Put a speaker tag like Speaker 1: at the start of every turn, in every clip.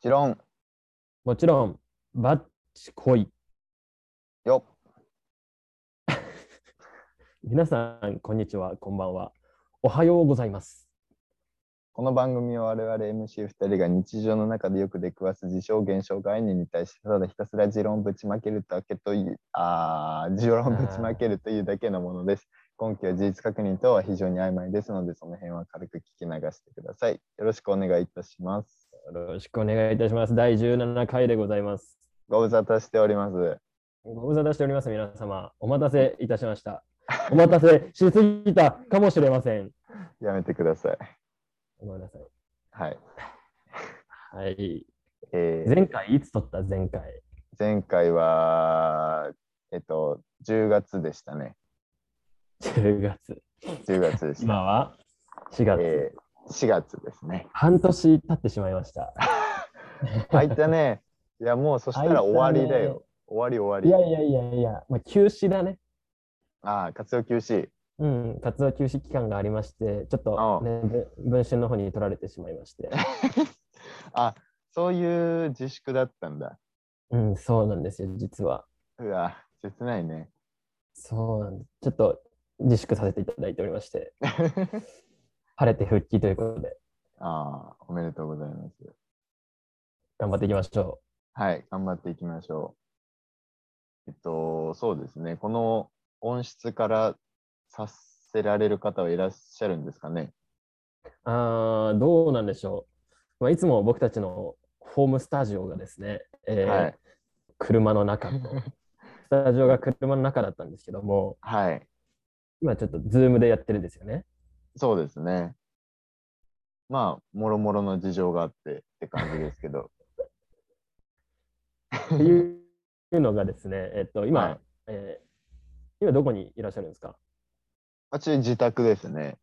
Speaker 1: ちろん、
Speaker 2: もちろん、バッチコイ。
Speaker 1: よっ。
Speaker 2: 皆さん、こんにちは、こんばんは。おはようございます。
Speaker 1: この番組は我々 MC2 人が日常の中でよく出くわす事象、現象、概念に対してただひたすら持論をぶちまけるだけという、あー持論をぶちまけるというだけのものです。今期は事実確認等は非常に曖昧ですので、その辺は軽く聞き流してください。よろしくお願いいたします。
Speaker 2: よろしくお願いいたします。第17回でございます。
Speaker 1: ご無沙汰しております。
Speaker 2: ご無沙汰しております、皆様。お待たせいたしました。お待たせしすぎたかもしれません。
Speaker 1: やめてください。
Speaker 2: ごめんなさい。
Speaker 1: はい。
Speaker 2: はい。
Speaker 1: えー
Speaker 2: 前回、いつ撮った前回。
Speaker 1: 前回は、えっと、10月でしたね。
Speaker 2: 10月。
Speaker 1: 10月でした。
Speaker 2: 今は4月。
Speaker 1: えー、4月ですね。
Speaker 2: 半年経ってしまいました。
Speaker 1: 開いたね。いや、もうそしたら終わりだよ。終わり終
Speaker 2: い
Speaker 1: わ
Speaker 2: や
Speaker 1: り。
Speaker 2: いやいやいや、まあ、休止だね。
Speaker 1: ああ、活用休止。
Speaker 2: うん、活動休止期間がありまして、ちょっ
Speaker 1: ああ
Speaker 2: と、ね、ぶ文春の方に取られてしまいま して。
Speaker 1: あ、そういう自粛だったんだ。
Speaker 2: うん、そうなんですよ、実は。
Speaker 1: うわ、切ないね。
Speaker 2: そうなんです。ちょっと自粛させていただいておりまして、 晴れて復帰ということで、
Speaker 1: ああ、おめでとうございます。
Speaker 2: 頑張っていきましょ
Speaker 1: はい、頑張っていきましょう。えっと、そうですね。この音質からさせられる方はいらっしゃるんですかね。
Speaker 2: う。あー、どうなんでしょう。まあ、いつも僕たちのホームスタジオがですね、えー
Speaker 1: はい。
Speaker 2: 車の中と、スタジオが車の中だったんですけども、
Speaker 1: はい。
Speaker 2: 今ちょっとズームでやってるんですよね。
Speaker 1: そうですね。まあ、もろもろの事情があってって感じですけど。
Speaker 2: っていうのがですね、えっと、今、
Speaker 1: はい
Speaker 2: えー今どこにいらっしゃるんですか
Speaker 1: あち自宅ですね。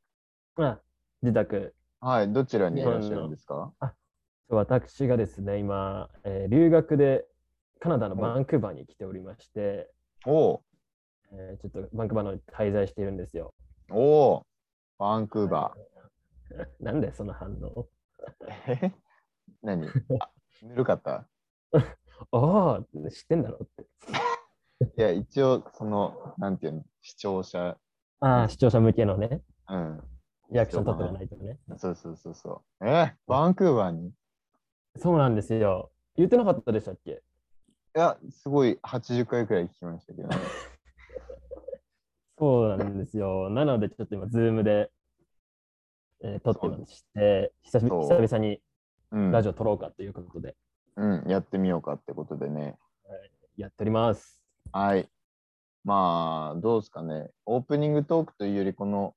Speaker 2: あ自宅。
Speaker 1: はい、どちらにいらっしゃるんですか
Speaker 2: 私がですね、今、えー留学でカナダのバンクーバーに来ておりまして、
Speaker 1: お
Speaker 2: えーちょっとバンクーバーの方に滞在しているんですよ。
Speaker 1: おおおバンクーバ
Speaker 2: なんでその反応
Speaker 1: ー。え何あぬるかった
Speaker 2: ああ、知ってんだろって。
Speaker 1: いや、一応、その、なんていうの、視聴者、
Speaker 2: ああ、視聴者向けのね、
Speaker 1: うん。
Speaker 2: リアクション取っておかないとね。
Speaker 1: そうそうそうそう。えバンクーバーにい
Speaker 2: そうなんですよ。言ってなかったでしたっけ
Speaker 1: や、すごい、80回くらい聞きましたけど、ね、
Speaker 2: そうなんですよ。なので、ちょっと今、ズームで、えー撮ってまして、久しぶ
Speaker 1: そう
Speaker 2: 久々に
Speaker 1: うん。
Speaker 2: ラジオ撮ろうかということで、
Speaker 1: うん、やってみようかってことでね。
Speaker 2: やっております。
Speaker 1: はい。まあ、どうですかね。オープニングトークというより、この、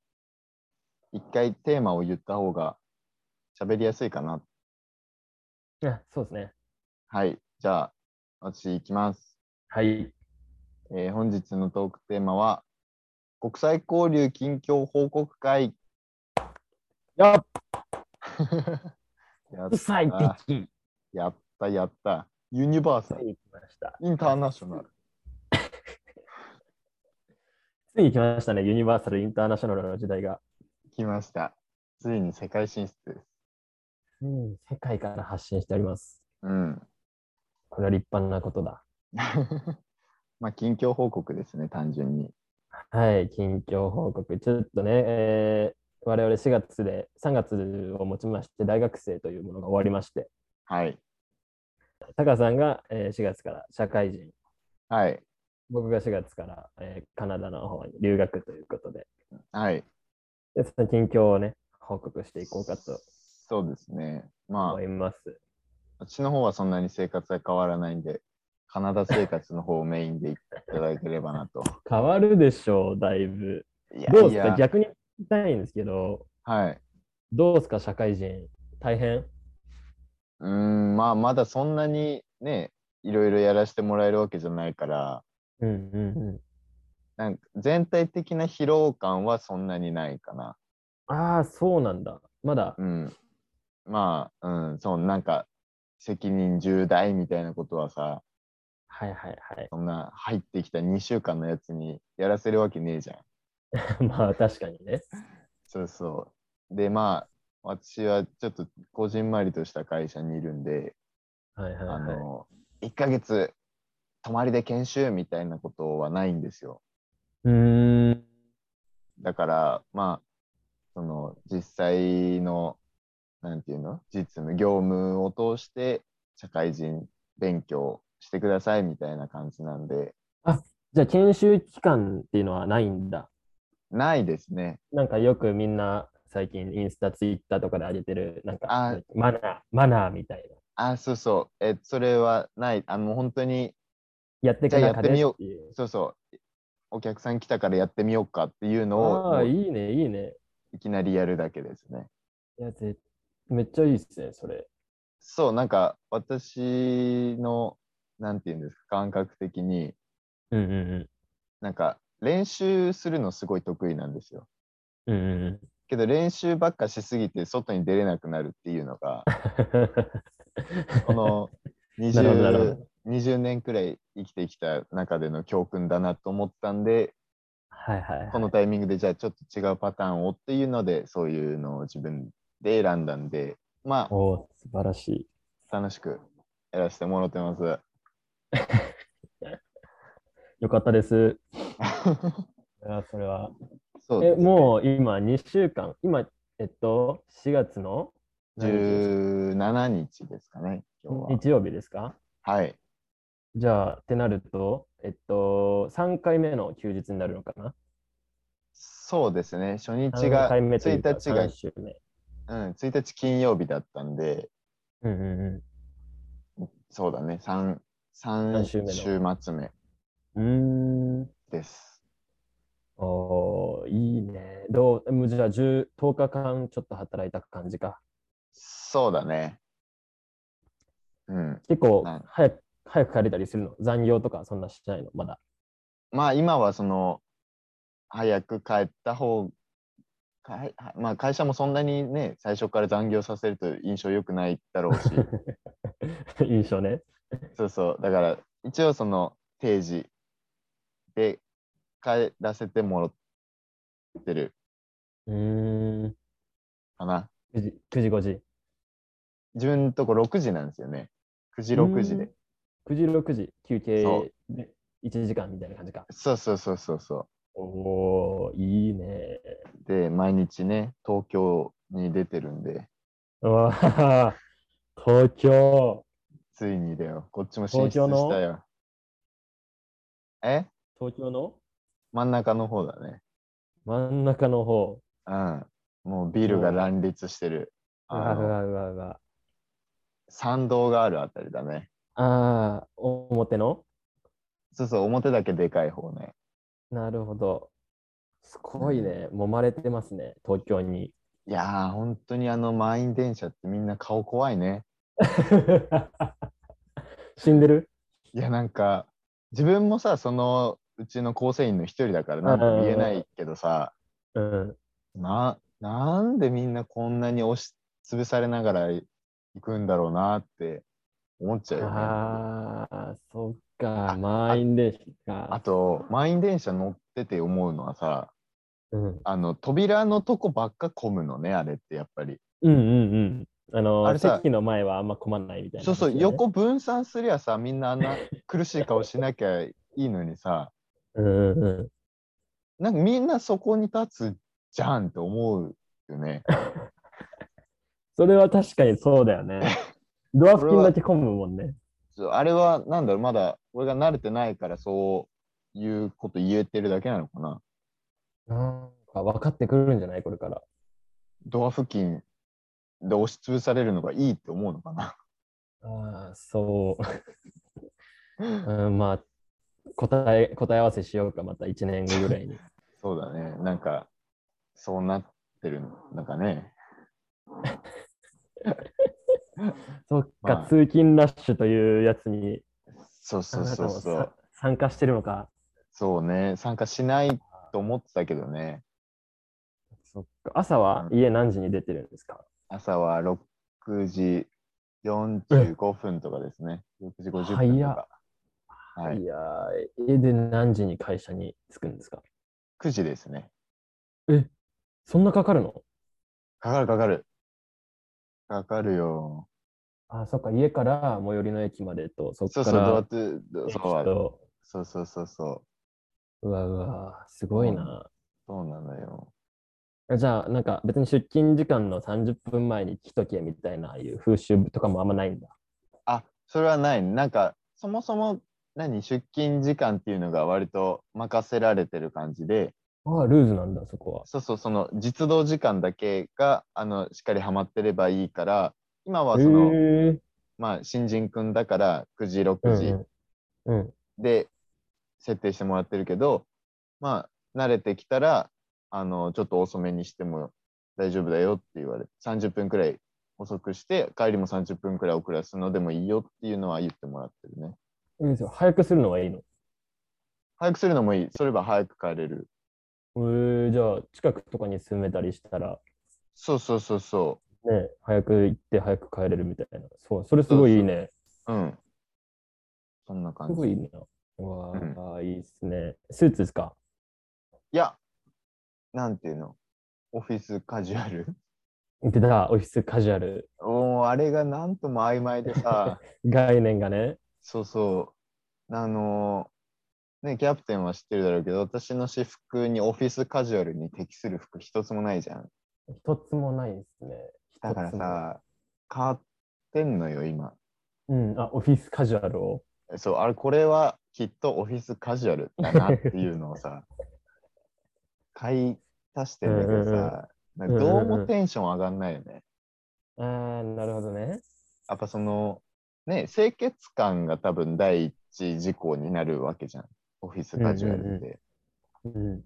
Speaker 1: 一回テーマを言った方が、喋りやすいかな。
Speaker 2: あそうですね。
Speaker 1: はい。じゃあ、私行きます。
Speaker 2: はい。
Speaker 1: えー本日のトークテーマは、国際交流近況報告会。
Speaker 2: やっ
Speaker 1: やっ
Speaker 2: 最適
Speaker 1: やった、やった。ユニバーサ
Speaker 2: つい
Speaker 1: ル、
Speaker 2: に来ました。
Speaker 1: インターナショナル。
Speaker 2: ついに来ましたね、ユニバーサル・インターナショナルの時代が。
Speaker 1: 来ました。ついに世界進出です。
Speaker 2: ついに世界から発信しております。
Speaker 1: うん。
Speaker 2: これは立派なことだ。
Speaker 1: まあ、近況報告ですね、単純に。
Speaker 2: はい、近況報告。ちょっとね、えー我々4月で、3月をもちまして大学生というものが終わりまして、
Speaker 1: はい。
Speaker 2: タカさんが、え4月から社会人、
Speaker 1: はい。
Speaker 2: 僕が4月から、えーカナダの方に留学ということで、
Speaker 1: はい。
Speaker 2: でその近況をね、報告していこうかと
Speaker 1: そうですね。ま
Speaker 2: 思います。
Speaker 1: あ、うちの方はそんなに生活は変わらないんで、カナダ生活の方をメインでいただければ なと。
Speaker 2: 変わるでしょう、だいぶ。
Speaker 1: いや
Speaker 2: どう
Speaker 1: い
Speaker 2: です
Speaker 1: や
Speaker 2: か逆に聞きたいんですけど、
Speaker 1: はい。
Speaker 2: どうですか社会人。大変
Speaker 1: うーん、まあ、まだそんなにね、いろいろやらせてもらえるわけじゃないから、
Speaker 2: うんうんう
Speaker 1: なんか全体的な疲労感はそんなにないかな。
Speaker 2: ん。ああ、そうなんだ。まだ。
Speaker 1: うん。まあ、うん、そう、なんか、責任重大みたいなことはさ、
Speaker 2: はいはいはい。
Speaker 1: そんな入ってきた2週間のやつにやらせるわけねえじゃん。
Speaker 2: まあ確かにね。
Speaker 1: そうそう。で、まあ、私はちょっとこじんまりとした会社にいるんで、
Speaker 2: はいはい
Speaker 1: あ
Speaker 2: はい。
Speaker 1: の、1ヶ月泊まりで研修みたいなことはないんですよ。
Speaker 2: うーん。
Speaker 1: だから、まあ、その実際の、なんていうの、実務、業務を通して社会人勉強してくださいみたいな感じなんで、
Speaker 2: じゃあ、研修期間っていうのはないんだ。
Speaker 1: ないですね。
Speaker 2: なんかよくみんな最近インスタ、ツイッターとかで上げてる、なん
Speaker 1: あ
Speaker 2: かマナー、マナーみたいな。
Speaker 1: あ、そうそう。え、それはない。あの、本当に、
Speaker 2: やってく
Speaker 1: じゃあ
Speaker 2: 中で
Speaker 1: やっ
Speaker 2: っていう。
Speaker 1: そうそう。お客さん来たからやってみようかっていうのを
Speaker 2: ああ、
Speaker 1: もうい
Speaker 2: いいね、いいね。
Speaker 1: きなりやるだけですね。
Speaker 2: いや、ぜめっちゃいいっすね、それ。
Speaker 1: そう、なんか私の、なんていうんですか、感覚的に、
Speaker 2: うんうん
Speaker 1: なんか練習するのすごい得意なんですよ。
Speaker 2: うん。うんうんうん。
Speaker 1: けど練習ばっかしすぎて外に出れなくなるっていうの がこの
Speaker 2: なるほどなるほ
Speaker 1: 20, 20年くらい生きてきた中での教訓だなと思ったんで
Speaker 2: はいはいはい。
Speaker 1: このタイミングでじゃあちょっと違うパターンをっていうのでそういうのを自分で選んだんでま
Speaker 2: おお、素晴らしい。
Speaker 1: あ楽しくやらせてもらってます。
Speaker 2: よかったです。いやそれは。
Speaker 1: そう
Speaker 2: え、
Speaker 1: です
Speaker 2: もう今2週間、今、えっと、4月の何日ですか
Speaker 1: 17日ですかね今日
Speaker 2: 日曜日ですか
Speaker 1: は。はい
Speaker 2: じゃあ、ってなると、えっと、3回目の休日になるのかな
Speaker 1: そうですね初日
Speaker 2: 三
Speaker 1: が
Speaker 2: 回目というか
Speaker 1: 1日が
Speaker 2: 三週目。
Speaker 1: うん、1日金曜日だったんで、
Speaker 2: うんうん
Speaker 1: そうだね、3、三
Speaker 2: 三週
Speaker 1: 週
Speaker 2: 目の
Speaker 1: 末目
Speaker 2: うん。う
Speaker 1: です。
Speaker 2: ーん。おーいいね。どう、もうじゃあ10、10日間ちょっと働いた感じか。
Speaker 1: そうだね。うん。
Speaker 2: 結構
Speaker 1: はい
Speaker 2: 早く、早く帰れたりするの残業とかそんなしないのまだ。
Speaker 1: まあ今はその、早く帰った方かいはまあ会社もそんなにね、最初から残業させると印象良くないだろうし、
Speaker 2: 印象ね。
Speaker 1: そうそう、だから一応その定時で帰らせてもらってる
Speaker 2: うーん。
Speaker 1: かな。
Speaker 2: 9時、9時5時。
Speaker 1: 自分のとこ6時なんですよね。9時、6時で。
Speaker 2: 9時6時休
Speaker 1: そ
Speaker 2: 憩で1時間みたいな感じか。
Speaker 1: そうそうそうそうそう。
Speaker 2: おーいいね。
Speaker 1: で、毎日ね、東京に出てるんで、
Speaker 2: うわ あ東京。
Speaker 1: ついにだよ。こっちも進出
Speaker 2: 東京の
Speaker 1: したよ。え
Speaker 2: 東京の
Speaker 1: 真ん中の方だね。
Speaker 2: 真ん中の方。
Speaker 1: うん。もうビルが乱立してる。
Speaker 2: うわ
Speaker 1: あ
Speaker 2: う
Speaker 1: の
Speaker 2: わうわうわ。
Speaker 1: 参道があるあたりだね。
Speaker 2: ああ、表の
Speaker 1: そうそう、表だけでかい方ね。
Speaker 2: なるほど。すごいね。揉まれてますね、東京に。
Speaker 1: いやー、本当にあの満員電車ってみんな顔怖いね。
Speaker 2: 死んでる
Speaker 1: いや、なんか、自分もさ、そのうちの構成員の一人だから、なんとも言えないけどさ、
Speaker 2: うん。
Speaker 1: ななんでみんなこんなに押し潰されながら行くんだろうなって思っちゃうよね。あ
Speaker 2: ああ、そっか
Speaker 1: あ。
Speaker 2: 満員電車か。
Speaker 1: と満員電車乗ってて思うのはさ
Speaker 2: うん。
Speaker 1: あの扉のとこばっか混むのねあれってやっぱり。
Speaker 2: うんうんうん。あの
Speaker 1: あれさ
Speaker 2: 席の前はあんま困んないみたいな、
Speaker 1: そうそう。横分散すりゃさみんなあんな苦しい顔しなきゃいいのにさ
Speaker 2: うんうんうん。
Speaker 1: なんかみんなそこに立つじゃんって思うよね。
Speaker 2: それは確かにそうだよね。 ドア付近だけ混むもんね。
Speaker 1: そうあれはなんだろうまだ俺が慣れてないからそういうこと言えてるだけなのかな。
Speaker 2: なんか分かってくるんじゃないこれから。
Speaker 1: ドア付近で押しつぶされるのがいいって思うのかな。
Speaker 2: ああ、 そう。うん、まあ、答え、答え合わせしようか、 また1年後ぐらいに。
Speaker 1: そうだね。なんか、そうなってるのかね。
Speaker 2: そっか、
Speaker 1: まあ
Speaker 2: 通勤ラッシュというやつに、
Speaker 1: そうそうそうそ
Speaker 2: あなたも
Speaker 1: う
Speaker 2: さ。参加してるのか。
Speaker 1: そうね。参加しないと思ってたけどね。
Speaker 2: そっか朝は
Speaker 1: うん
Speaker 2: 家何時に出てるんですか、
Speaker 1: 朝は6時45分とかですね。6時50分とか。はい。
Speaker 2: いやー、家で何時に会社に着くんですか
Speaker 1: 9時ですね。
Speaker 2: そんなかかるの
Speaker 1: かかるかかる。かかるよ。
Speaker 2: あ、そっか、家から最寄りの駅までと、そっ
Speaker 1: そ
Speaker 2: か
Speaker 1: うそう、ドア
Speaker 2: ら
Speaker 1: トゥー、
Speaker 2: 駅
Speaker 1: そう
Speaker 2: と、
Speaker 1: そうそうそうそう。
Speaker 2: うわうわ、すごいな。
Speaker 1: そうなのよ。
Speaker 2: じゃあ、なんか別に出勤時間の30分前に来とけみたいな、ああいう風習とかもあんまないんだ。
Speaker 1: あ、それはない。なんか、そもそも、何、出勤時間っていうのが割と任せられてる感じで、
Speaker 2: ああ、ルーズなんだ、そこは。
Speaker 1: そうそう、その実動時間だけが、あの、しっかりハマってればいいから、今はその、
Speaker 2: へえ
Speaker 1: まあ、新人くんだから9時、
Speaker 2: う
Speaker 1: 6時
Speaker 2: んうん、うん。
Speaker 1: で設定してもらってるけど、まあ、慣れてきたら、あの、ちょっと遅めにしても大丈夫だよって言われて、30分くらい遅くして、帰りも30分くらい遅らすのでもいいよっていうのは言ってもらってるね。
Speaker 2: いいですよ。早くするのはいいの。
Speaker 1: 早くするのもいい。それば早く帰れる。
Speaker 2: えー、じゃあ、近くとかに住めたりしたら、
Speaker 1: そうそうそうそ
Speaker 2: ね、早く行って早く帰れるみたいな。そう、それすごいいいね。
Speaker 1: う。うん。そんな感
Speaker 2: す
Speaker 1: じ。
Speaker 2: ごいいいな。うわあ、いいっすね。スーツですか
Speaker 1: いや、なんていうのオフィスカジュアル
Speaker 2: でだ、オフィスカジュアル。
Speaker 1: もうあれがなんとも曖昧でさ、
Speaker 2: 概念がね。
Speaker 1: そうそう。あのーね、キャプテンは知ってるだろうけど、私の私服にオフィスカジュアルに適する服一つもないじゃん。
Speaker 2: 一つもないですね。
Speaker 1: だから
Speaker 2: 一つもない。
Speaker 1: さ、買ってんのよ、今。
Speaker 2: うん、あ、オフィスカジュアルを。
Speaker 1: そう、あれ、これはきっとオフィスカジュアルだなっていうのを さ、買い足してんだけどさ、なんかどうもテンション上がんないよね。
Speaker 2: ああ、なるほどね。
Speaker 1: やっぱその、ね、清潔感が多分第一事項になるわけじゃん。オフィスカジュアルって。
Speaker 2: うんうんうん。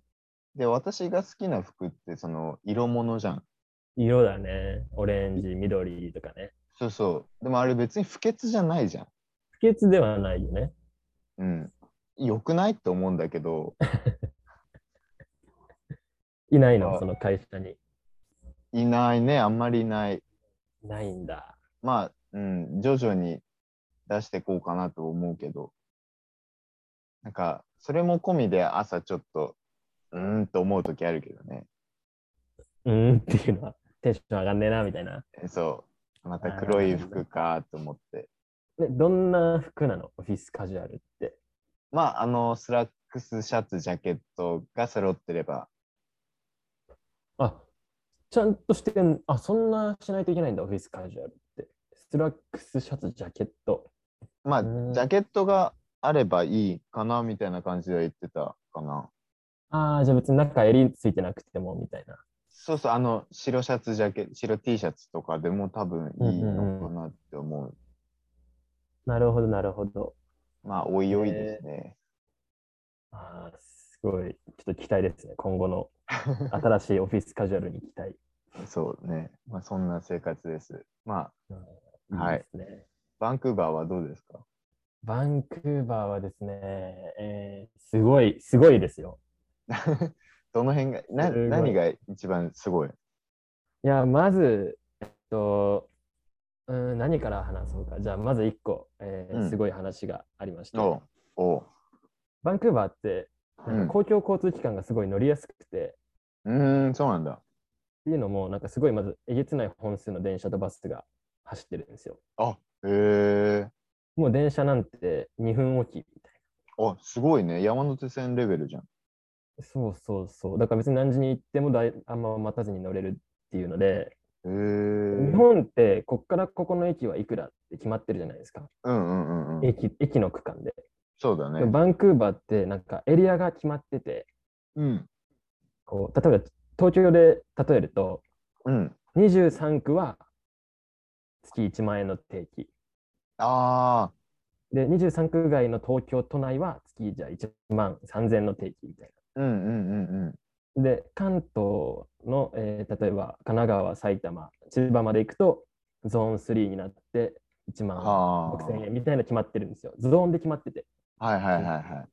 Speaker 1: で、私が好きな服って、その、色物じゃん。
Speaker 2: 色だね。オレンジ、緑とかね。
Speaker 1: そうそう。でもあれ別に不潔じゃないじゃん。
Speaker 2: 不潔ではないよね。
Speaker 1: うん。良くないって思うんだけど、
Speaker 2: いない
Speaker 1: あ
Speaker 2: の、その会社に。
Speaker 1: いないね、あんまりいない。
Speaker 2: ないんだ。
Speaker 1: まあ、うん、徐々に出していこうかなと思うけど、なんか、それも込みで朝ちょっと、うーんと思う時あるけどね。
Speaker 2: うーんっていうのは、テンション上がんねえな、みたいな。
Speaker 1: えそう。また黒い服かと思って。
Speaker 2: でどんな服なのオフィスカジュアルって。
Speaker 1: まあ、あの、スラックス、シャツ、ジャケットが揃ってれば、
Speaker 2: あ、ちゃんとしてん、あ、そんなしないといけないんだ、オフィスカジュアルって。スラックス、シャツ、ジャケット。
Speaker 1: まあ、
Speaker 2: う
Speaker 1: ジ
Speaker 2: ん
Speaker 1: ャケットがあればいいかなみたいな感じでは言ってたかな。
Speaker 2: ああ、じゃあ別に中襟ついてなくても、みたいな。
Speaker 1: そうそう、あの、白シャツジャケ白 T シャツとかでも多分いいのかなって思う。
Speaker 2: なるほど、なるほど。
Speaker 1: まあ、おいおいですね。
Speaker 2: ああ、すごい。ちょっと期待ですね。今後の新しいオフィスカジュアルに期待。
Speaker 1: そうね。まあ、そんな生活です。まあ、はい
Speaker 2: いですね。
Speaker 1: バンクーバーはどうですか
Speaker 2: バンクーバーはですね、えーすごい、すごいですよ。
Speaker 1: どの辺が、な
Speaker 2: すごい
Speaker 1: 何が一番すごい
Speaker 2: いや、まず、えっと、うん、何から話そうか。じゃあ、まず1個、えー
Speaker 1: うん
Speaker 2: すごい話がありました。
Speaker 1: おうおう
Speaker 2: バンクーバーって、
Speaker 1: うん
Speaker 2: 公共交通機関がすごい乗りやすくて、っ
Speaker 1: うーん、そうなんだ。
Speaker 2: ていうのも、なんかすごいまず、えげつない本数の電車とバスが走ってるんですよ。
Speaker 1: あ、へえ。
Speaker 2: もう電車なんて2分おきみたい
Speaker 1: あ、すごいね。山手線レベルじゃん。
Speaker 2: な。そうそうそう。だから別に何時に行ってもだいあんま待たずに乗れるっていうので、
Speaker 1: へえ。
Speaker 2: 日本ってこっからここの駅はいくらって決まってるじゃないですか。
Speaker 1: うんうんうんうん。
Speaker 2: 駅駅の区間で。
Speaker 1: そうだ
Speaker 2: で
Speaker 1: ね。
Speaker 2: もバンクーバーってなんかエリアが決まってて、
Speaker 1: うん。
Speaker 2: こう例えば東京で例えると、
Speaker 1: うん。
Speaker 2: 23区は月1万円の定期。
Speaker 1: ああ、
Speaker 2: で、23区外の東京都内は月じゃあ1万3000円の定期みたい
Speaker 1: うんうんうんうん。
Speaker 2: な。で、関東の、えー例えば神奈川、埼玉、千葉まで行くと、ゾーン3になって1万
Speaker 1: ああ。
Speaker 2: 6000円みたいな決まってるんですよ。ゾーンで決まってて。
Speaker 1: はいはいはいは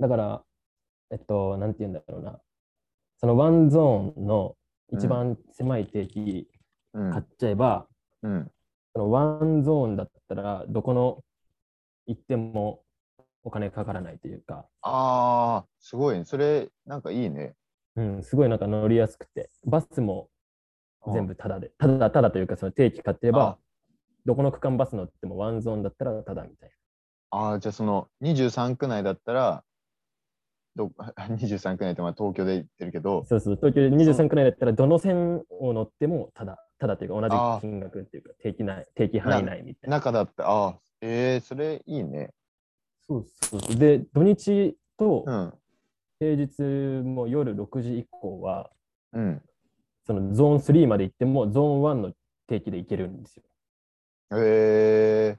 Speaker 2: だから、えっと、なんて言うんだろうな。そのワンゾーンの一番狭い定期
Speaker 1: い。うん
Speaker 2: 買っちゃえば、
Speaker 1: うん。
Speaker 2: そのワンゾーンだったら、どこの行ってもお金かからないというか、
Speaker 1: ああ、すごいね。それ、なんかいいね。
Speaker 2: うん、すごいなんか乗りやすくて、バスも全部タダで。タダタダというか、その定期買ってれば、どこの区間バス乗ってもワンゾーンだったらタダみたい
Speaker 1: ああ、じゃあその23区内だったら、ど 23区内ってまあ東京で言ってるけ
Speaker 2: な。
Speaker 1: ど、
Speaker 2: そうそう、東京で23くらいだったら、どの線を乗ってもタダ、タダというか
Speaker 1: あ
Speaker 2: 同
Speaker 1: ー
Speaker 2: じ金額っていうか、定期内、定期範囲内みたいな。
Speaker 1: 中だったああ、ええそれいいね。
Speaker 2: そうそうそう。で、土日と
Speaker 1: うん。
Speaker 2: 平日も夜6時以降は、
Speaker 1: うん。
Speaker 2: そのゾーン3まで行っても、ゾーン1の定期で行けるんですよ。
Speaker 1: ええ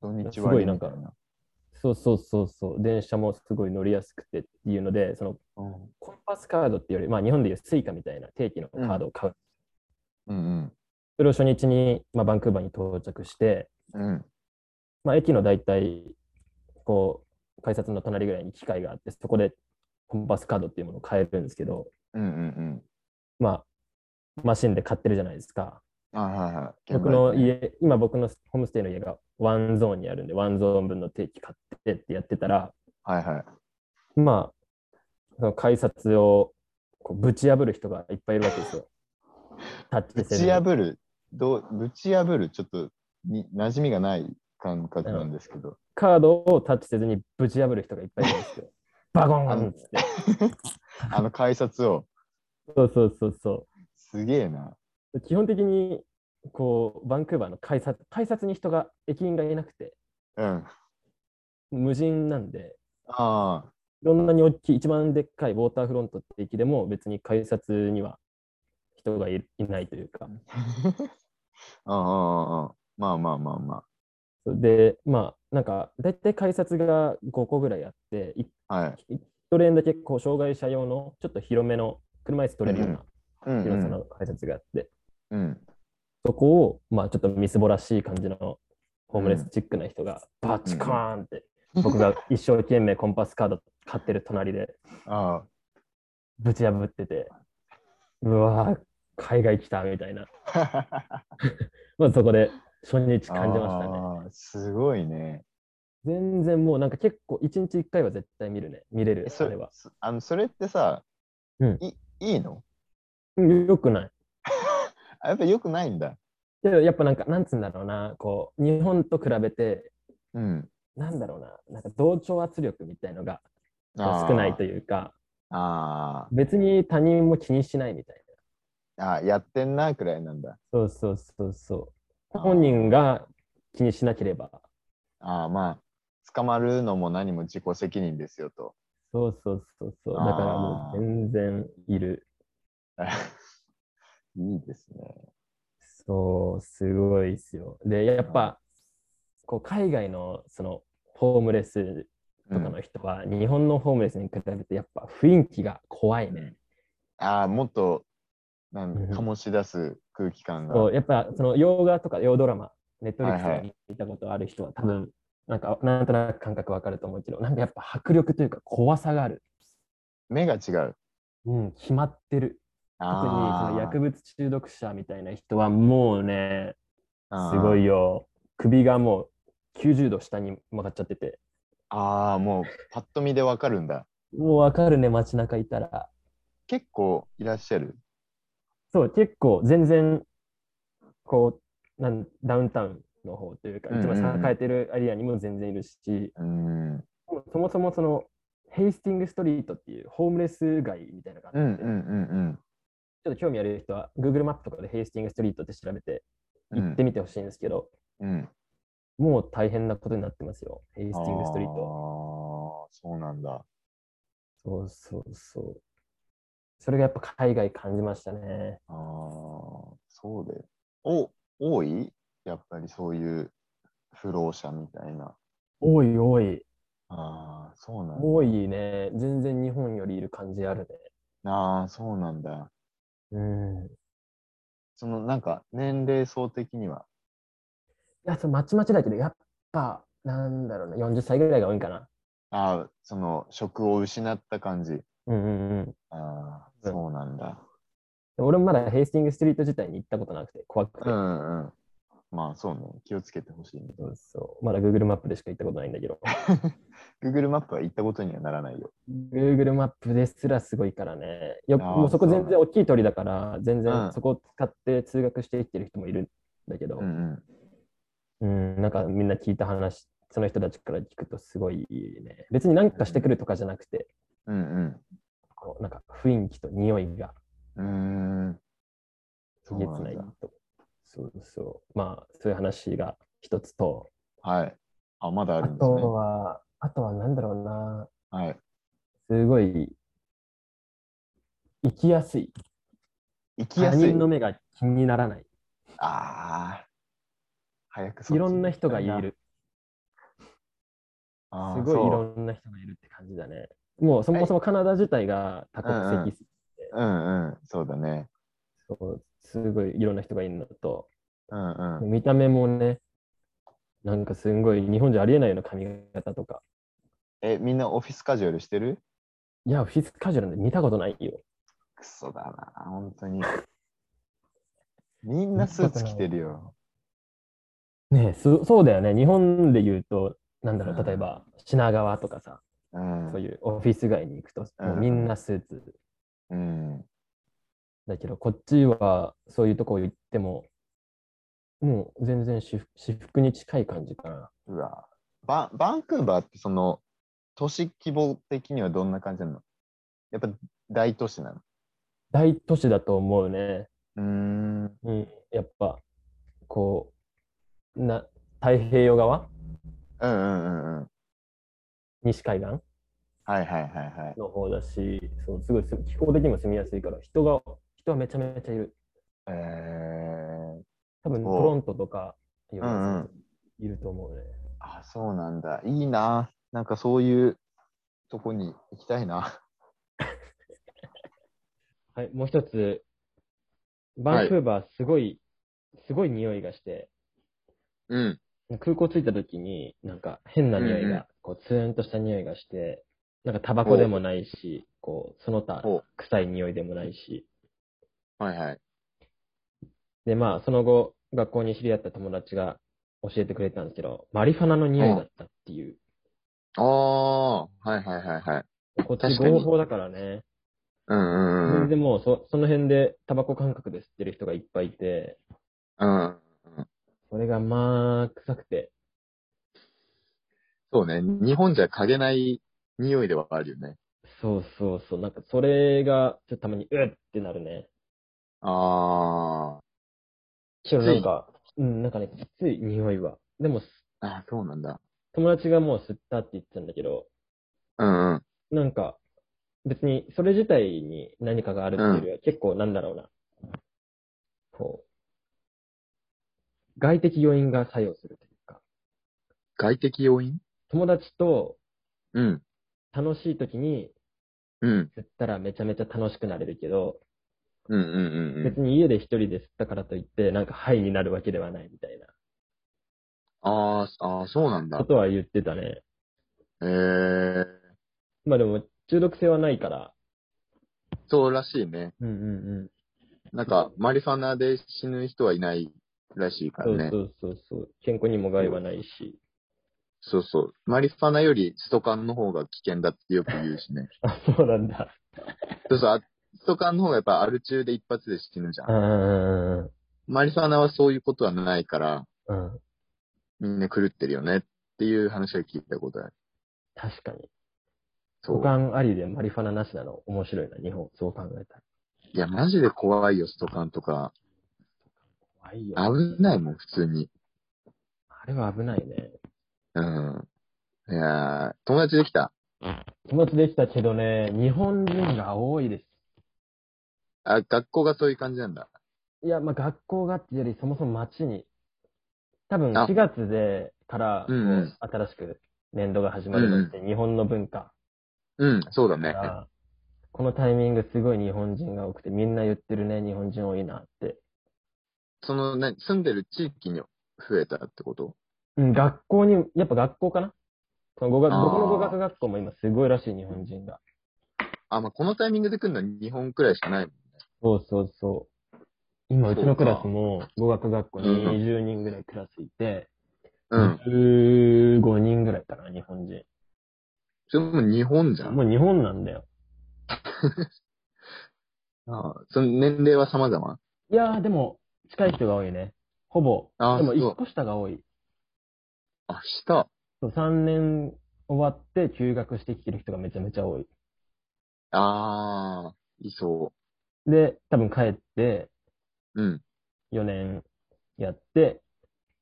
Speaker 1: 土日
Speaker 2: す
Speaker 1: は
Speaker 2: ごいなんかそうそうそうそう、電車もすごい乗りやすくてっていうので、その
Speaker 1: うん
Speaker 2: コンパスカードっていうより、まあ、日本でいうスイカみたいな定期のカードを買う。
Speaker 1: うん
Speaker 2: それを初日に、まあ、バンクーバーに到着して、
Speaker 1: うん。うん。
Speaker 2: まあ、駅の大体、こう、改札の隣ぐらいに機械があって、そこでコンパスカードっていうものを買えるんですけど、
Speaker 1: うんうん
Speaker 2: まあ、マシンで買ってるじゃないですか。
Speaker 1: うん。あはいはい。
Speaker 2: 僕の家、今僕のホームステイの家がワンゾーンにあるんで、ワンゾーン分の定期買ってってやってたら、
Speaker 1: はいはい。
Speaker 2: まあ、その改札をこうぶち破る人がいっぱいいるわけで すよ。タッチ
Speaker 1: ぶ
Speaker 2: せ
Speaker 1: ち
Speaker 2: ずに
Speaker 1: 破る、どうぶち破る、ちょっとに馴染みがない感覚なんですけど。
Speaker 2: カードをタッチせずにぶち破る人がいっぱいいるんですよ。 バゴーンっつって。
Speaker 1: あの改札を、
Speaker 2: そうそうそうそ
Speaker 1: すげえな。
Speaker 2: う。基本的に、こう、バンクーバーの改札、改札に人が、駅員がいなくて、
Speaker 1: うん。
Speaker 2: 無人なんで、
Speaker 1: あ
Speaker 2: どんなに大きい、一番でっかいウォーターフロントって駅でも別に改札には人がいいないというか。
Speaker 1: あ。ああああ。まあまあまあま
Speaker 2: で、まあ、なんか、だいたい改札が5個ぐらいあって、い
Speaker 1: あ。はい。
Speaker 2: 一レーンだけこう障害者用のちょっと広めの車椅子取れるよ
Speaker 1: う、
Speaker 2: うなん
Speaker 1: う
Speaker 2: 広さの
Speaker 1: ん。
Speaker 2: 改札があって、
Speaker 1: うん。
Speaker 2: そこをまあちょっとみすぼらしい感じのホームレスチックな人がバチコーンって、僕が一生懸命コンパスカード買ってる隣で
Speaker 1: あ
Speaker 2: ぶち破ってて、うわー、海外来たみたいな、
Speaker 1: あ。
Speaker 2: まあ、そこで初日感じましたね。
Speaker 1: ああすごいね。
Speaker 2: 全然もうなんか結構一日一回は絶対見るね、見れる
Speaker 1: え、
Speaker 2: あ
Speaker 1: そ
Speaker 2: れ
Speaker 1: れ
Speaker 2: は。
Speaker 1: そあのそれってさ、
Speaker 2: うん
Speaker 1: いいいの
Speaker 2: うんよくない。
Speaker 1: あやっぱ良くないんだ。
Speaker 2: けどやっぱなんか、なんつうんだろうな、こう、日本と比べて、
Speaker 1: うん。
Speaker 2: なんだろうな、なんか同調圧力みたいのが
Speaker 1: ああ
Speaker 2: 少ないというか、
Speaker 1: あ
Speaker 2: 別に他人も気にしないみたい
Speaker 1: あ。ああ、やってんなくらいなんだ。
Speaker 2: な。そうそうそうそう。
Speaker 1: あー
Speaker 2: 本人が気にしなければ、
Speaker 1: ああ、まあ、捕まるのも何も自己責任ですよと。
Speaker 2: そうそうそうそう。だからも
Speaker 1: あー
Speaker 2: う全然いる。
Speaker 1: いいですね。
Speaker 2: そう、すごいですよ。で、やっぱ、こう海外のそのホームレス
Speaker 1: う
Speaker 2: と
Speaker 1: ん
Speaker 2: かの人は、日本のホームレスに比べてやっぱ雰囲気が怖いね。
Speaker 1: ああ、もっと、な
Speaker 2: うんん
Speaker 1: 醸し出す空気感が。
Speaker 2: そうやっぱその洋画とか洋ドラマ、ネットフリックス
Speaker 1: はいは
Speaker 2: で見たことある人は多分、なんかなんとなく感覚わかると思うけど、なんかやっぱ迫力というか怖さがある。
Speaker 1: 目が違う。
Speaker 2: うん、決まってる。特にそ
Speaker 1: あ
Speaker 2: の
Speaker 1: あ
Speaker 2: 薬物中毒者みたいな人はもうね、
Speaker 1: ああ
Speaker 2: すごいよ。首がもう90度下に曲がっちゃってて。
Speaker 1: ああ、もう、パッと見でわかるんだ。
Speaker 2: もうわかるね、街中いたら。
Speaker 1: 結構いらっしゃる。
Speaker 2: そう、結構全然、こう、なんダウンタウンの方というか、一
Speaker 1: うんうんうん
Speaker 2: 番栄えてるエリアにも全然いるし、
Speaker 1: うーん。
Speaker 2: そもそもそのヘイスティングストリートっていうホームレス街みたいなのがあ
Speaker 1: う
Speaker 2: っ
Speaker 1: んうんうん
Speaker 2: て、ちょっと興味ある人は Google マップとかでヘイスティングストリートって調べて
Speaker 1: うん。
Speaker 2: 行ってみてほしいんですけど、
Speaker 1: うん。
Speaker 2: もう大変なことになってますよ、ヘイス
Speaker 1: テ
Speaker 2: ティングストリート。
Speaker 1: ああ、そうなんだ。
Speaker 2: そうそうそう。それがやっぱ海外感じましたね。
Speaker 1: ああ、そうで。お、多いやっぱりそういう不老者みたいな。
Speaker 2: 多い多い。
Speaker 1: ああ、そうなんだ。
Speaker 2: 多いね。全然日本よりいる感じあるね。
Speaker 1: ああ、そうなんだ。
Speaker 2: うん。い
Speaker 1: そのなんか年齢層的には。
Speaker 2: や、それまちまちだけど、やっぱ、なんだろうな、40歳ぐらいが多いんかな。
Speaker 1: ああ、その職を失った感じ。
Speaker 2: うんうんうん。
Speaker 1: ああ、
Speaker 2: うん
Speaker 1: そうなんだ。
Speaker 2: 俺もまだヘイスティングストリート自体に行ったことなくて、怖くて。
Speaker 1: うんうん。まあそうね、気をつけてほしい、ね。
Speaker 2: そうそうまだ Google マップでしか行ったことないんだけど、
Speaker 1: Google マップは行ったことにはならないよ。
Speaker 2: Google マップですらすごいからね、よ
Speaker 1: あー
Speaker 2: もうそこ全
Speaker 1: そう
Speaker 2: 然大きい鳥だから、全
Speaker 1: う
Speaker 2: 然
Speaker 1: ん
Speaker 2: そこを使って通学していってる人もいるんだけど、
Speaker 1: うんうん。
Speaker 2: うん、なんかみんな聞いた話、その人たちから聞くとすごいね、別に何かしてくるとかじゃなくて、
Speaker 1: うん
Speaker 2: こうなんか雰囲気と匂いが
Speaker 1: うん。うーん。
Speaker 2: えげつない
Speaker 1: そうなんだ
Speaker 2: と。そうそう。まあ、そういう話が一つと、
Speaker 1: はい。あ、まだあ
Speaker 2: あ
Speaker 1: るんですね。
Speaker 2: とは、あとはなんだろうな、
Speaker 1: はい。
Speaker 2: すごい、行きやすい。
Speaker 1: 行きやす
Speaker 2: 他
Speaker 1: い
Speaker 2: 人。の目が気にならない。
Speaker 1: ああ。早くそっち
Speaker 2: い
Speaker 1: に
Speaker 2: ろ
Speaker 1: 行きた
Speaker 2: んな人がいる。
Speaker 1: あー。
Speaker 2: すごいい
Speaker 1: そう
Speaker 2: ろんな人がいるって感じだね。もうそもそもカナダ自体が多国
Speaker 1: うんうん
Speaker 2: 籍、
Speaker 1: うんうん。そうだね。
Speaker 2: そうすごいいろんな人がいるのと、
Speaker 1: うんうん。
Speaker 2: 見た目もね、なんかすんごい日本じゃありえないような髪型とか。
Speaker 1: え、みんなオフィスカジュアルしてる
Speaker 2: いや、フィスカジュアルなんて見たことないよ。
Speaker 1: クソだな、本当に。みんなスーツ着てるよ。
Speaker 2: ねえそそうだよね。日本で言うと、なんだろ
Speaker 1: うん
Speaker 2: う、例えば品川とかさ、
Speaker 1: うん。
Speaker 2: そう
Speaker 1: う
Speaker 2: いうオフィス街に行くと、もうみんなスーツ。
Speaker 1: ん。
Speaker 2: だけど、こっちはそういうとこ行っても、もう全然私服私服に近い感じかな。
Speaker 1: うわバン。バンクーバーってその、都市規模的にはどんな感じなのやっぱ大都市なの
Speaker 2: 大都市だと思うね。
Speaker 1: うーん。
Speaker 2: うん、やっぱ、こう、な太平洋側
Speaker 1: うんうんうんうん。
Speaker 2: 西海岸
Speaker 1: はいはいはいはい。
Speaker 2: の方だし、そうすごいす気候的にも住みやすいから、人が、人はめちゃめちゃいる。
Speaker 1: えー、
Speaker 2: 多分、
Speaker 1: お
Speaker 2: トロントとかより
Speaker 1: うんうん
Speaker 2: いると思うね。
Speaker 1: あ、そうなんだ。いいな。なんかそういうとこに行きたいな。
Speaker 2: はい、もう一つ、
Speaker 1: は
Speaker 2: バ
Speaker 1: い
Speaker 2: ンクーバー、すごい、すごい匂いがして、
Speaker 1: うん。
Speaker 2: 空港着いた時に、なんか変な匂い
Speaker 1: うんうん
Speaker 2: が、こう、ツーンとした匂いがして、なんかタバコでもないし、こう、その他、
Speaker 1: お
Speaker 2: 臭い匂いでもないし、
Speaker 1: はいはい。
Speaker 2: で、まあ、その後、学校に知り合った友達が教えてくれたんですけど、マリファナの匂いだったっていう。
Speaker 1: ああ、はいはいはいはい。
Speaker 2: こっち
Speaker 1: 確かに
Speaker 2: 合法だからね。
Speaker 1: うん
Speaker 2: そ
Speaker 1: うん
Speaker 2: れでもうそ、その辺でタバコ感覚で吸ってる人がいっぱいいて、
Speaker 1: うん。うん。
Speaker 2: それがまあ、臭くて、
Speaker 1: そうね。日本じゃ嗅げない匂いではあるよね。
Speaker 2: そうそうそう、なんかそれが、ちょっとたまに、うっってなるね。
Speaker 1: あ
Speaker 2: けどなんか、うん、なんかね、きつい匂いは。でも、す
Speaker 1: あ。ああ、そうなんだ。
Speaker 2: 友達がもう吸ったって言ってたんだけど、
Speaker 1: うんうん。
Speaker 2: なんか、別にそれ自体に何かがあるっていうよりは、結構なんだろうな。こう、外的要因が作用するというか、
Speaker 1: 外的要因
Speaker 2: 友達と
Speaker 1: うん。
Speaker 2: 楽しい時に
Speaker 1: うん。
Speaker 2: 吸ったらめちゃめちゃ楽しくなれるけど、
Speaker 1: うんうんうんうん。
Speaker 2: 別に家で一人で吸ったからといって、なんかハイになるわけではないみたいな
Speaker 1: ああ、ああ、そうなん
Speaker 2: こ
Speaker 1: だ。
Speaker 2: とは言ってたね。
Speaker 1: ええ
Speaker 2: まあでも、中毒性はないから。
Speaker 1: そうらしいね。
Speaker 2: うんうんうん。
Speaker 1: なんか、マリファナで死ぬ人はいないらしいか
Speaker 2: そ
Speaker 1: らね。
Speaker 2: うそうそうそう。健康にも害はないし。
Speaker 1: そうそう。マリファナよりストカンの方が危険だってよく言うしね。
Speaker 2: あ、そうなんだ。
Speaker 1: そうそう。あストカンの方がやっぱアル中で一発で死ぬじゃん
Speaker 2: う。んうんうん
Speaker 1: マリファナはそういうことはないから、
Speaker 2: うん。うん。
Speaker 1: みんな狂ってるよねっていう話は聞いたことある。
Speaker 2: 確かに。
Speaker 1: そ
Speaker 2: 五
Speaker 1: う。
Speaker 2: 感ありでマリファナなしなの面白いな、日本。そう考えたら。
Speaker 1: いや、マジで怖いよ、ストカンとか。
Speaker 2: 怖いよ。あ
Speaker 1: 危ないもん、普通に。
Speaker 2: れは危ないね。
Speaker 1: うん。いやー友達できた。
Speaker 2: 友達できたけどね、日本人が多いです。
Speaker 1: あ、学校がそういう感じなんだ。
Speaker 2: いや、まあ学校がっていうより、そもそも街に。多分
Speaker 1: あ
Speaker 2: 4月でから、こ
Speaker 1: う
Speaker 2: うん
Speaker 1: うん
Speaker 2: 新しく年度が始まるのって、日本の文化
Speaker 1: うん、そうだ
Speaker 2: だ
Speaker 1: ね
Speaker 2: か。ら、このタイミングすごい日本人が多くて、みんな言ってるね、日本人多いなって。
Speaker 1: その、ね、住んでる地域に増えたってこと
Speaker 2: うん、学校に、やっぱ学校かなその語学
Speaker 1: あー
Speaker 2: 僕の語学学校も今すごいらしい、日本人が。
Speaker 1: あ、まあ、このタイミングで来るのは日本くらいしかないもん。
Speaker 2: そうそうそう。今、うちのクラス
Speaker 1: そ
Speaker 2: も語学学校に
Speaker 1: うん
Speaker 2: 20人ぐらいクラスいて、
Speaker 1: うん。
Speaker 2: 15人ぐらいかな、日本人。
Speaker 1: それも日本じゃん。
Speaker 2: もう日本なんだよ。
Speaker 1: ああその年齢は様々。
Speaker 2: いやー、でも、近い人が多いね。ほぼ。
Speaker 1: あー
Speaker 2: でも、
Speaker 1: そう
Speaker 2: 1個下が多い。
Speaker 1: あ、下。
Speaker 2: そう3年終わって休学してきてる人がめちゃめちゃ多い。
Speaker 1: ああ、いそ
Speaker 2: で、多分帰って、
Speaker 1: う。うん。
Speaker 2: 4年やって、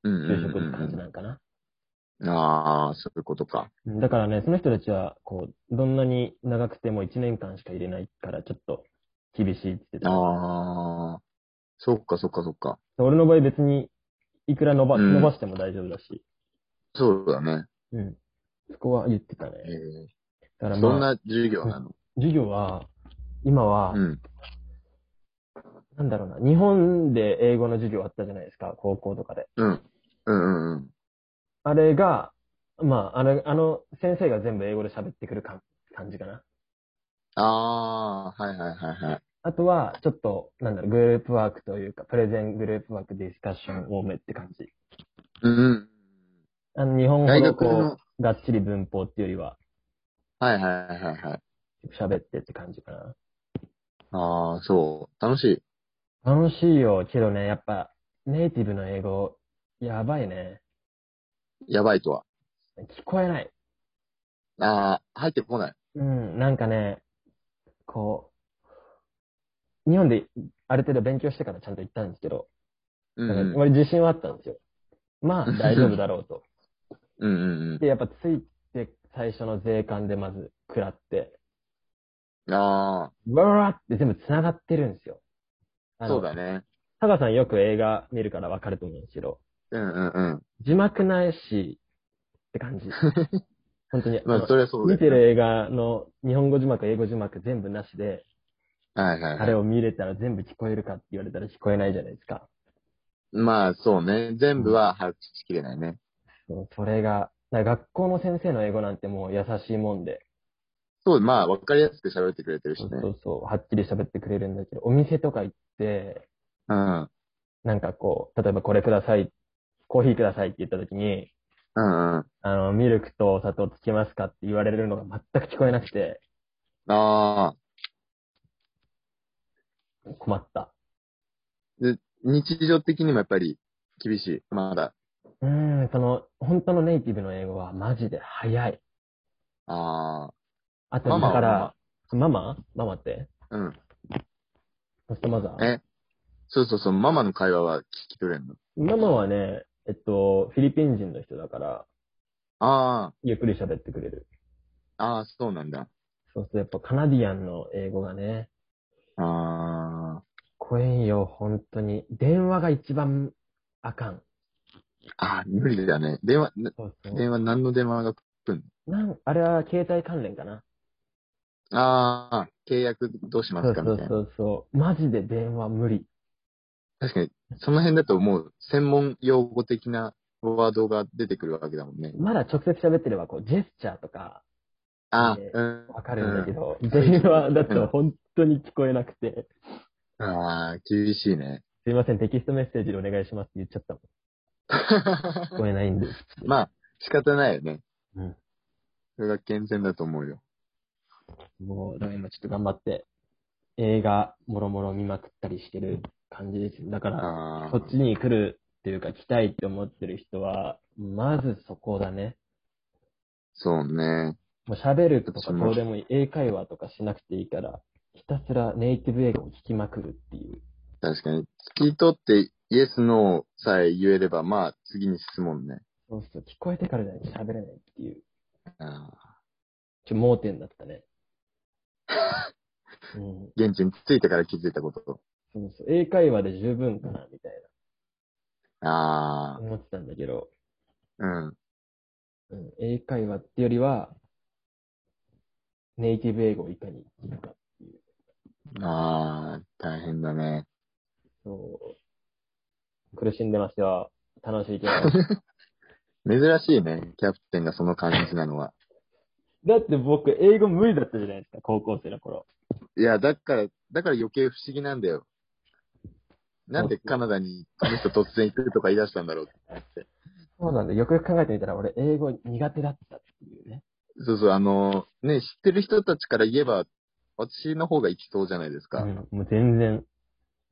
Speaker 1: うんうん
Speaker 2: 就職
Speaker 1: う
Speaker 2: って
Speaker 1: ん
Speaker 2: 感じなんかな。
Speaker 1: うん。ああ、そういうことか。
Speaker 2: だからね、その人たちは、こう、どんなに長くても1年間しか入れないから、ちょっと厳しいって言ってた。
Speaker 1: ああ、そっかそっかそっか。
Speaker 2: 俺の場合別に、いくら伸ば
Speaker 1: うん
Speaker 2: 伸ばしても大丈夫だし、
Speaker 1: そうだね。
Speaker 2: うん。そこは言ってたね。
Speaker 1: えー
Speaker 2: だから
Speaker 1: どん
Speaker 2: まあ、
Speaker 1: な授業なの
Speaker 2: 授業は、今は、
Speaker 1: うん。
Speaker 2: なんだろうな、日本で英語の授業あったじゃないですか、高校とかで。
Speaker 1: うん。うんうんうん。
Speaker 2: あれが、まあ、あの、あの先生が全部英語で喋ってくる感感じかな。
Speaker 1: ああ、はいはいはいはい。
Speaker 2: あとは、ちょっと、なんだろう、グループワークというか、プレゼングループワーク、ディスカッション多めって感じ。
Speaker 1: うん
Speaker 2: あの、日本
Speaker 1: うん。
Speaker 2: 語
Speaker 1: 大
Speaker 2: の
Speaker 1: 学
Speaker 2: こ
Speaker 1: の、
Speaker 2: う、がっちり文法っていうよりは、
Speaker 1: はいはいはいはい。
Speaker 2: 喋ってって感じかな。
Speaker 1: ああ、そう。楽しい。
Speaker 2: 楽しいよ、けどね、やっぱ、ネイティブの英語、やばいね。
Speaker 1: やばいとは。
Speaker 2: 聞こえない。
Speaker 1: ああ、入ってこない。
Speaker 2: うん、なんかね、こう、日本である程度勉強してからちゃんと行ったんですけど、
Speaker 1: うん
Speaker 2: だ
Speaker 1: う
Speaker 2: から
Speaker 1: ん。
Speaker 2: 俺自信はあったんですよ。ま あ、大丈夫だろうと。
Speaker 1: うんうん
Speaker 2: で、やっぱついて、最初の税関でまず食らって、
Speaker 1: うん。あ
Speaker 2: わわわって全部繋がってるんですよ。
Speaker 1: あ、そうだ
Speaker 2: ね。
Speaker 1: ね。
Speaker 2: タカさんよく映画見るからわかると思うんですけど、
Speaker 1: うんうんうん。
Speaker 2: 字幕ないし、って感 じ。本当に。
Speaker 1: まあ、それはそうだ
Speaker 2: 見
Speaker 1: よ
Speaker 2: てる映画の日本語字幕、英語字幕全部なしで、
Speaker 1: はいはい
Speaker 2: あ
Speaker 1: はい。
Speaker 2: れを見れたら全部聞こえるかって言われたら聞こえないじゃないですか。
Speaker 1: まあ、そうね。全部は把握しきれないね。
Speaker 2: そうそれが、だから学校の先生の英語なんてもう優しいもんで、
Speaker 1: そう、まあ、わかりやすく喋ってくれてるし
Speaker 2: そ
Speaker 1: ね
Speaker 2: う。そうそう、はっきり喋ってくれるんだけど、お店とか行って、
Speaker 1: うん。
Speaker 2: なんかこう、例えばこれください、コーヒーくださいって言った時に、
Speaker 1: うんうん。
Speaker 2: あの、ミルクとお砂糖つけますかって言われるのが全く聞こえなくて、
Speaker 1: ああ、
Speaker 2: 困った。
Speaker 1: 日常的にもやっぱり厳しい。まだ。
Speaker 2: うーん、その、本当のネイティブの英語はマジで早い。
Speaker 1: あ
Speaker 2: あと、
Speaker 1: ママ
Speaker 2: だ
Speaker 1: は
Speaker 2: から、ママママって
Speaker 1: あ、うん。
Speaker 2: ホストマザー
Speaker 1: えそうそうそう、ママの会話は聞き取れんの。
Speaker 2: ママはね、えっと、フィリピン人の人だから、
Speaker 1: あ
Speaker 2: ゆっくり喋ってくれる。
Speaker 1: あ、ああ、そうなんだ。
Speaker 2: そうするとやっぱカナディアンの英語がね、
Speaker 1: あ
Speaker 2: 怖いよ、本当に。電話が一番あかん。
Speaker 1: あ、ああ、無理だね。電話、な
Speaker 2: そうそ
Speaker 1: 電話、何の電話が来る
Speaker 2: う。なんあれは携帯関連か
Speaker 1: の
Speaker 2: な。
Speaker 1: ああ、契約どうします
Speaker 2: そう
Speaker 1: か
Speaker 2: そ
Speaker 1: み
Speaker 2: う
Speaker 1: たいな
Speaker 2: そ。うそう。マジで電話無理。
Speaker 1: 確かに、その辺だともう専門用語的なワードが出てくるわけだもんね。
Speaker 2: まだ直接喋ってれば、こう、ジェスチャーとか、
Speaker 1: ああ、
Speaker 2: ね
Speaker 1: うん。
Speaker 2: わかるんだけ
Speaker 1: ど。
Speaker 2: ど、電話だと本当に聞こえなくて、
Speaker 1: ああ、厳しいね。
Speaker 2: すいません、テキストメッセージでお願いしますって言っちゃったもん。聞こえないんです。
Speaker 1: まあ、仕方ないよね。
Speaker 2: うん。
Speaker 1: それが健全だと思うよ。
Speaker 2: もう、だから今ちょっと頑張って、映画、もろもろ見まくったりしてる感じです。だから、
Speaker 1: あ
Speaker 2: こっちに来るっていうか、来たいって思ってる人は、まずそこだね。
Speaker 1: そうね。
Speaker 2: もう喋ると
Speaker 1: そ
Speaker 2: か
Speaker 1: う
Speaker 2: どうでもいい、英会話とかしなくていいから、ひたすらネイティブ英語を聞きまくるっていう。
Speaker 1: 確かに。聞き取って、イエス、ノーさえ言えれば、まあ、次に進むもんね。
Speaker 2: そうすると聞こえてからじゃないと喋れないっていう。
Speaker 1: ああ
Speaker 2: ちょ、盲点だっ たね。うん。
Speaker 1: 現地に着いてから気づいたこと。
Speaker 2: そうそう。英会話で十分かな、みたいな。
Speaker 1: ああ、
Speaker 2: 思ってたんだけど、
Speaker 1: うん。
Speaker 2: うん、英会話ってよりは、ネイティブ英語をいかに聞くか。
Speaker 1: ああ、大変だね。
Speaker 2: そう。苦しんでますよ。楽しいけ ど。
Speaker 1: 珍しいね、キャプテンがその感じなのは。
Speaker 2: だって僕、英語無理だったじゃないですか、高校生の頃。
Speaker 1: いや、だから、だから余計不思議なんだよ。なんでカナダにこの人突然行くとか言い出したんだろうって。
Speaker 2: そうなんだ。よくよく考えてみたら、俺、英語苦手だったっていうね。
Speaker 1: そうそう、あの、ね、知ってる人たちから言えば、私の方が行きそうじゃないですか。
Speaker 2: うん、もう全然、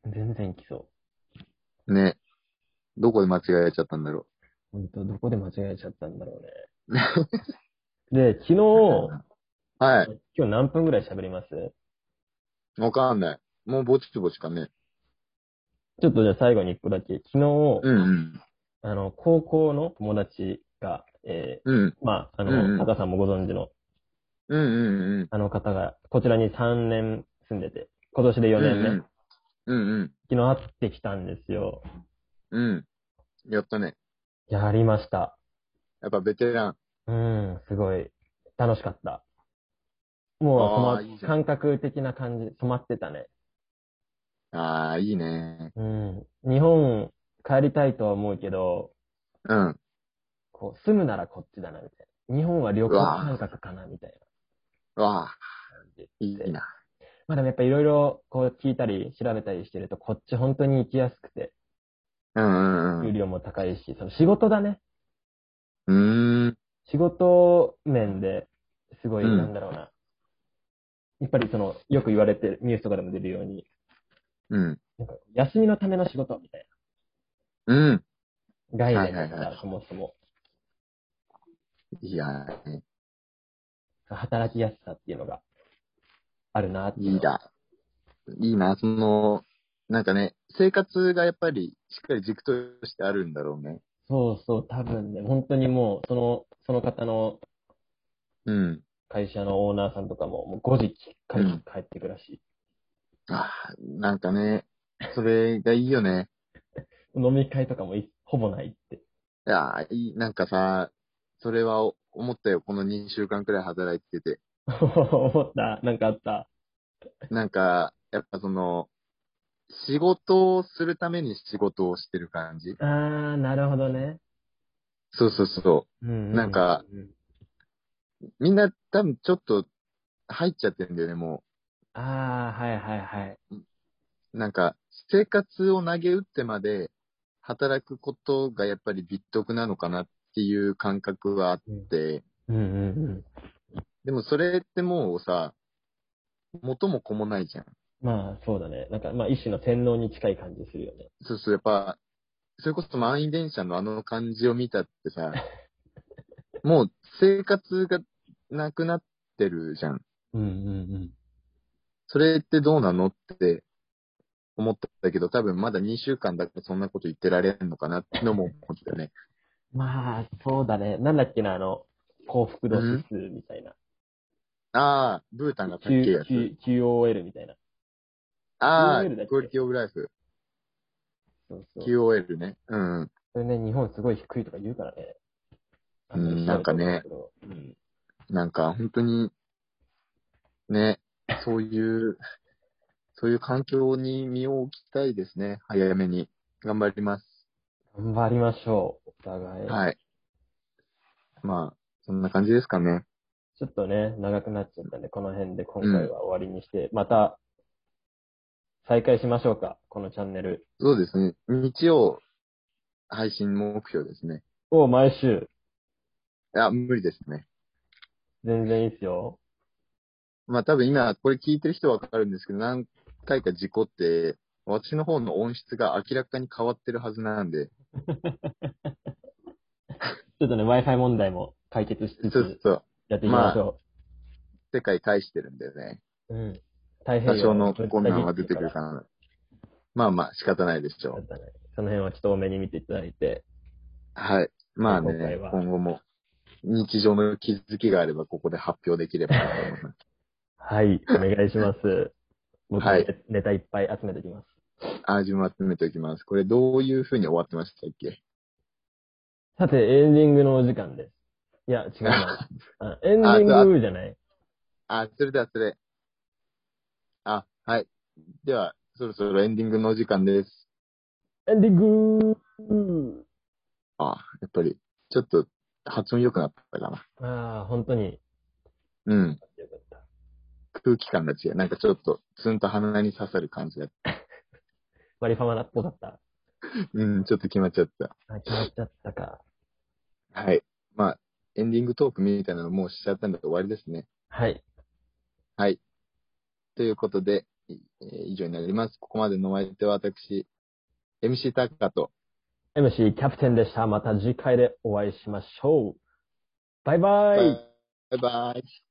Speaker 2: 全然いきそ
Speaker 1: ね。どこで間違えちゃったんだろ
Speaker 2: う。本当どこで間違えちゃったんだろう
Speaker 1: う。
Speaker 2: ね。で、昨日、
Speaker 1: はい。
Speaker 2: 今日何分ぐらい喋ります
Speaker 1: わかんない。もうぼちぼちかね。
Speaker 2: ちょっとじゃあ最後に一個だけ。昨日、
Speaker 1: うんうん。
Speaker 2: あの、高校の友達が、え
Speaker 1: うん。
Speaker 2: ーまあ、あ
Speaker 1: うんう
Speaker 2: の、
Speaker 1: ん
Speaker 2: タカさんもご存知の、
Speaker 1: うんうんうん。
Speaker 2: あの方が、こちらに3年住んでて、今年で4年目、
Speaker 1: うんうん。
Speaker 2: 昨日会ってきたんですよ。
Speaker 1: うんうん。やったね。
Speaker 2: やりました。
Speaker 1: やっぱベテラン。
Speaker 2: うん、すごい、楽しかった。
Speaker 1: あ
Speaker 2: も
Speaker 1: ー
Speaker 2: う、
Speaker 1: いいじ
Speaker 2: そ
Speaker 1: ゃ
Speaker 2: の
Speaker 1: ん
Speaker 2: 感覚的な感じ、染まってたね。
Speaker 1: ああ、いいね。
Speaker 2: うん。日本帰りたいとは思うけど、
Speaker 1: うん。
Speaker 2: こう、住むならこっちだな、みたいな。日本は旅行感覚かな、みたいな
Speaker 1: わあ、
Speaker 2: 感じ。
Speaker 1: いいな。
Speaker 2: まあでもやっぱいろいろこう聞いたり調べたりしてると、こっち本当に行きやすくて、
Speaker 1: うんう
Speaker 2: 給
Speaker 1: ん
Speaker 2: 料も高いし、その仕事だね。
Speaker 1: うん。うーん。
Speaker 2: 仕事面ですごい、
Speaker 1: うん
Speaker 2: なんだろうな。やっぱりその、よく言われてる、ニュースとかでも出るように、
Speaker 1: うん。
Speaker 2: なんか休みのための仕事みたい
Speaker 1: うん。
Speaker 2: な概念だか
Speaker 1: はいはいは
Speaker 2: ら、そもそも。
Speaker 1: いやー、
Speaker 2: 働きやすさっていうのがあるなっていうの
Speaker 1: いい。だ。いいな、その、なんかね、生活がやっぱりしっかり軸としてあるんだろうね。
Speaker 2: そうそう、多分ね、本当にもう、その、その方の
Speaker 1: うん。
Speaker 2: 会社のオーナーさんとかも、もう5時きっかり帰ってくらしい。
Speaker 1: ああ、なんかね、それがいいよね。
Speaker 2: 飲み会とかもいほぼないって。
Speaker 1: いやーいい、なんかさ、それは思ったよ、この2週間くらい働いてて。
Speaker 2: 思ったなんかあった。
Speaker 1: なんか、やっぱその、仕事をするために仕事をしてる感じ。
Speaker 2: あー、なるほどね。
Speaker 1: そうそうそ
Speaker 2: うんうん、
Speaker 1: なんか
Speaker 2: うん、
Speaker 1: う。みんな多分ちょっと入っちゃってんだよね、も
Speaker 2: あー、はいはいはい。
Speaker 1: う。なんか、生活を投げ打ってまで働くことがやっぱり美徳なのかなっていう感覚はあって、
Speaker 2: うんうんうん。
Speaker 1: でもそれってもうさ、元も子もないじゃん。
Speaker 2: まあ、そうだね。なんか、まあ、一種の洗脳に近い感じするよね。
Speaker 1: そうそう、やっぱ、それこそ満員電車のあの感じを見たって さ、もう生活がなくなってるじゃん。
Speaker 2: うんうん
Speaker 1: それってどうなのって思ったけど、多分まだ2週間だからそんなこと言ってられるのかなってのも思ったよ ね。
Speaker 2: うん。まあ、そうだね。なんだっけな、あの、幸福度指数みたいな。
Speaker 1: ああ、ブータンが高いや
Speaker 2: Q
Speaker 1: つ。
Speaker 2: Q QOL みたいな。
Speaker 1: あ
Speaker 2: QOL だっ
Speaker 1: あ、
Speaker 2: け
Speaker 1: クオリティオブライフ。
Speaker 2: そうそう。
Speaker 1: QOL ね。うんうん。
Speaker 2: それね、日本すごい低いとか言うからね。
Speaker 1: うんなんかね。
Speaker 2: うん。
Speaker 1: なんか本当に、ね、そういう、そういう環境に身を置きたいですね。早めに。頑張ります。
Speaker 2: 頑張りましょう、お互い。
Speaker 1: はい。まあ、そんな感じですかね。
Speaker 2: ちょっとね、長くなっちゃったんで、この辺で今回は終わりにして、また、再開しましょうか、このチャンネル
Speaker 1: そうですね。日曜、配信目標ですね。
Speaker 2: を毎週、
Speaker 1: いや、無理ですね。
Speaker 2: 全然いいっすよ。
Speaker 1: まあ多分今、これ聞いてる人はわかるんですけど、何回か事故って、私の方の音質が明らかに変わってるはずなんで、
Speaker 2: ちょっとね、Wi-Fi 問題も解決し
Speaker 1: そ
Speaker 2: つ
Speaker 1: うそう
Speaker 2: つ、
Speaker 1: そう、
Speaker 2: やっていきましょ
Speaker 1: 世界返してるんだよね。
Speaker 2: う。うん。大変
Speaker 1: 多少の困難は出てくるかな。まあまあ、仕方ないでしょう。
Speaker 2: その辺はちょっと多めに見ていただいて、
Speaker 1: はい。まあ
Speaker 2: 今
Speaker 1: ね
Speaker 2: 回は、
Speaker 1: 今後も、日常の気づきがあれば、ここで発表できればなと思い ます。
Speaker 2: はい、お願い します。僕、
Speaker 1: はい
Speaker 2: ネタいっぱい集めてきます。
Speaker 1: あ、自分集めておきます。これどういう風に終わってましたっけ
Speaker 2: さて、エンディングのお時間です。いや、違う な。あエンディングじゃない。
Speaker 1: あ、それではそれ。あ、はい。では、そろそろエンディングのお時間です。
Speaker 2: エンディング
Speaker 1: あ、やっぱり、ちょっと発音良くなったかな。
Speaker 2: ああ、本当に
Speaker 1: うん。
Speaker 2: よかった。
Speaker 1: 空気感が違う。なんかちょっと、ツンと鼻に刺さる感じが。
Speaker 2: マリファナっぽかった。
Speaker 1: うん、ちょっと決まっちゃった。
Speaker 2: あ、決まっちゃったか。
Speaker 1: はい。まあ、エンディングトークみたいなのもうしちゃったんで終わりですね。
Speaker 2: はい。
Speaker 1: ということで、えー以上になります。ここまでのお相手は私、MC タッカーと、
Speaker 2: MC キャプテンでした。また次回でお会いしましょう。バイバイ。
Speaker 1: バイバイ。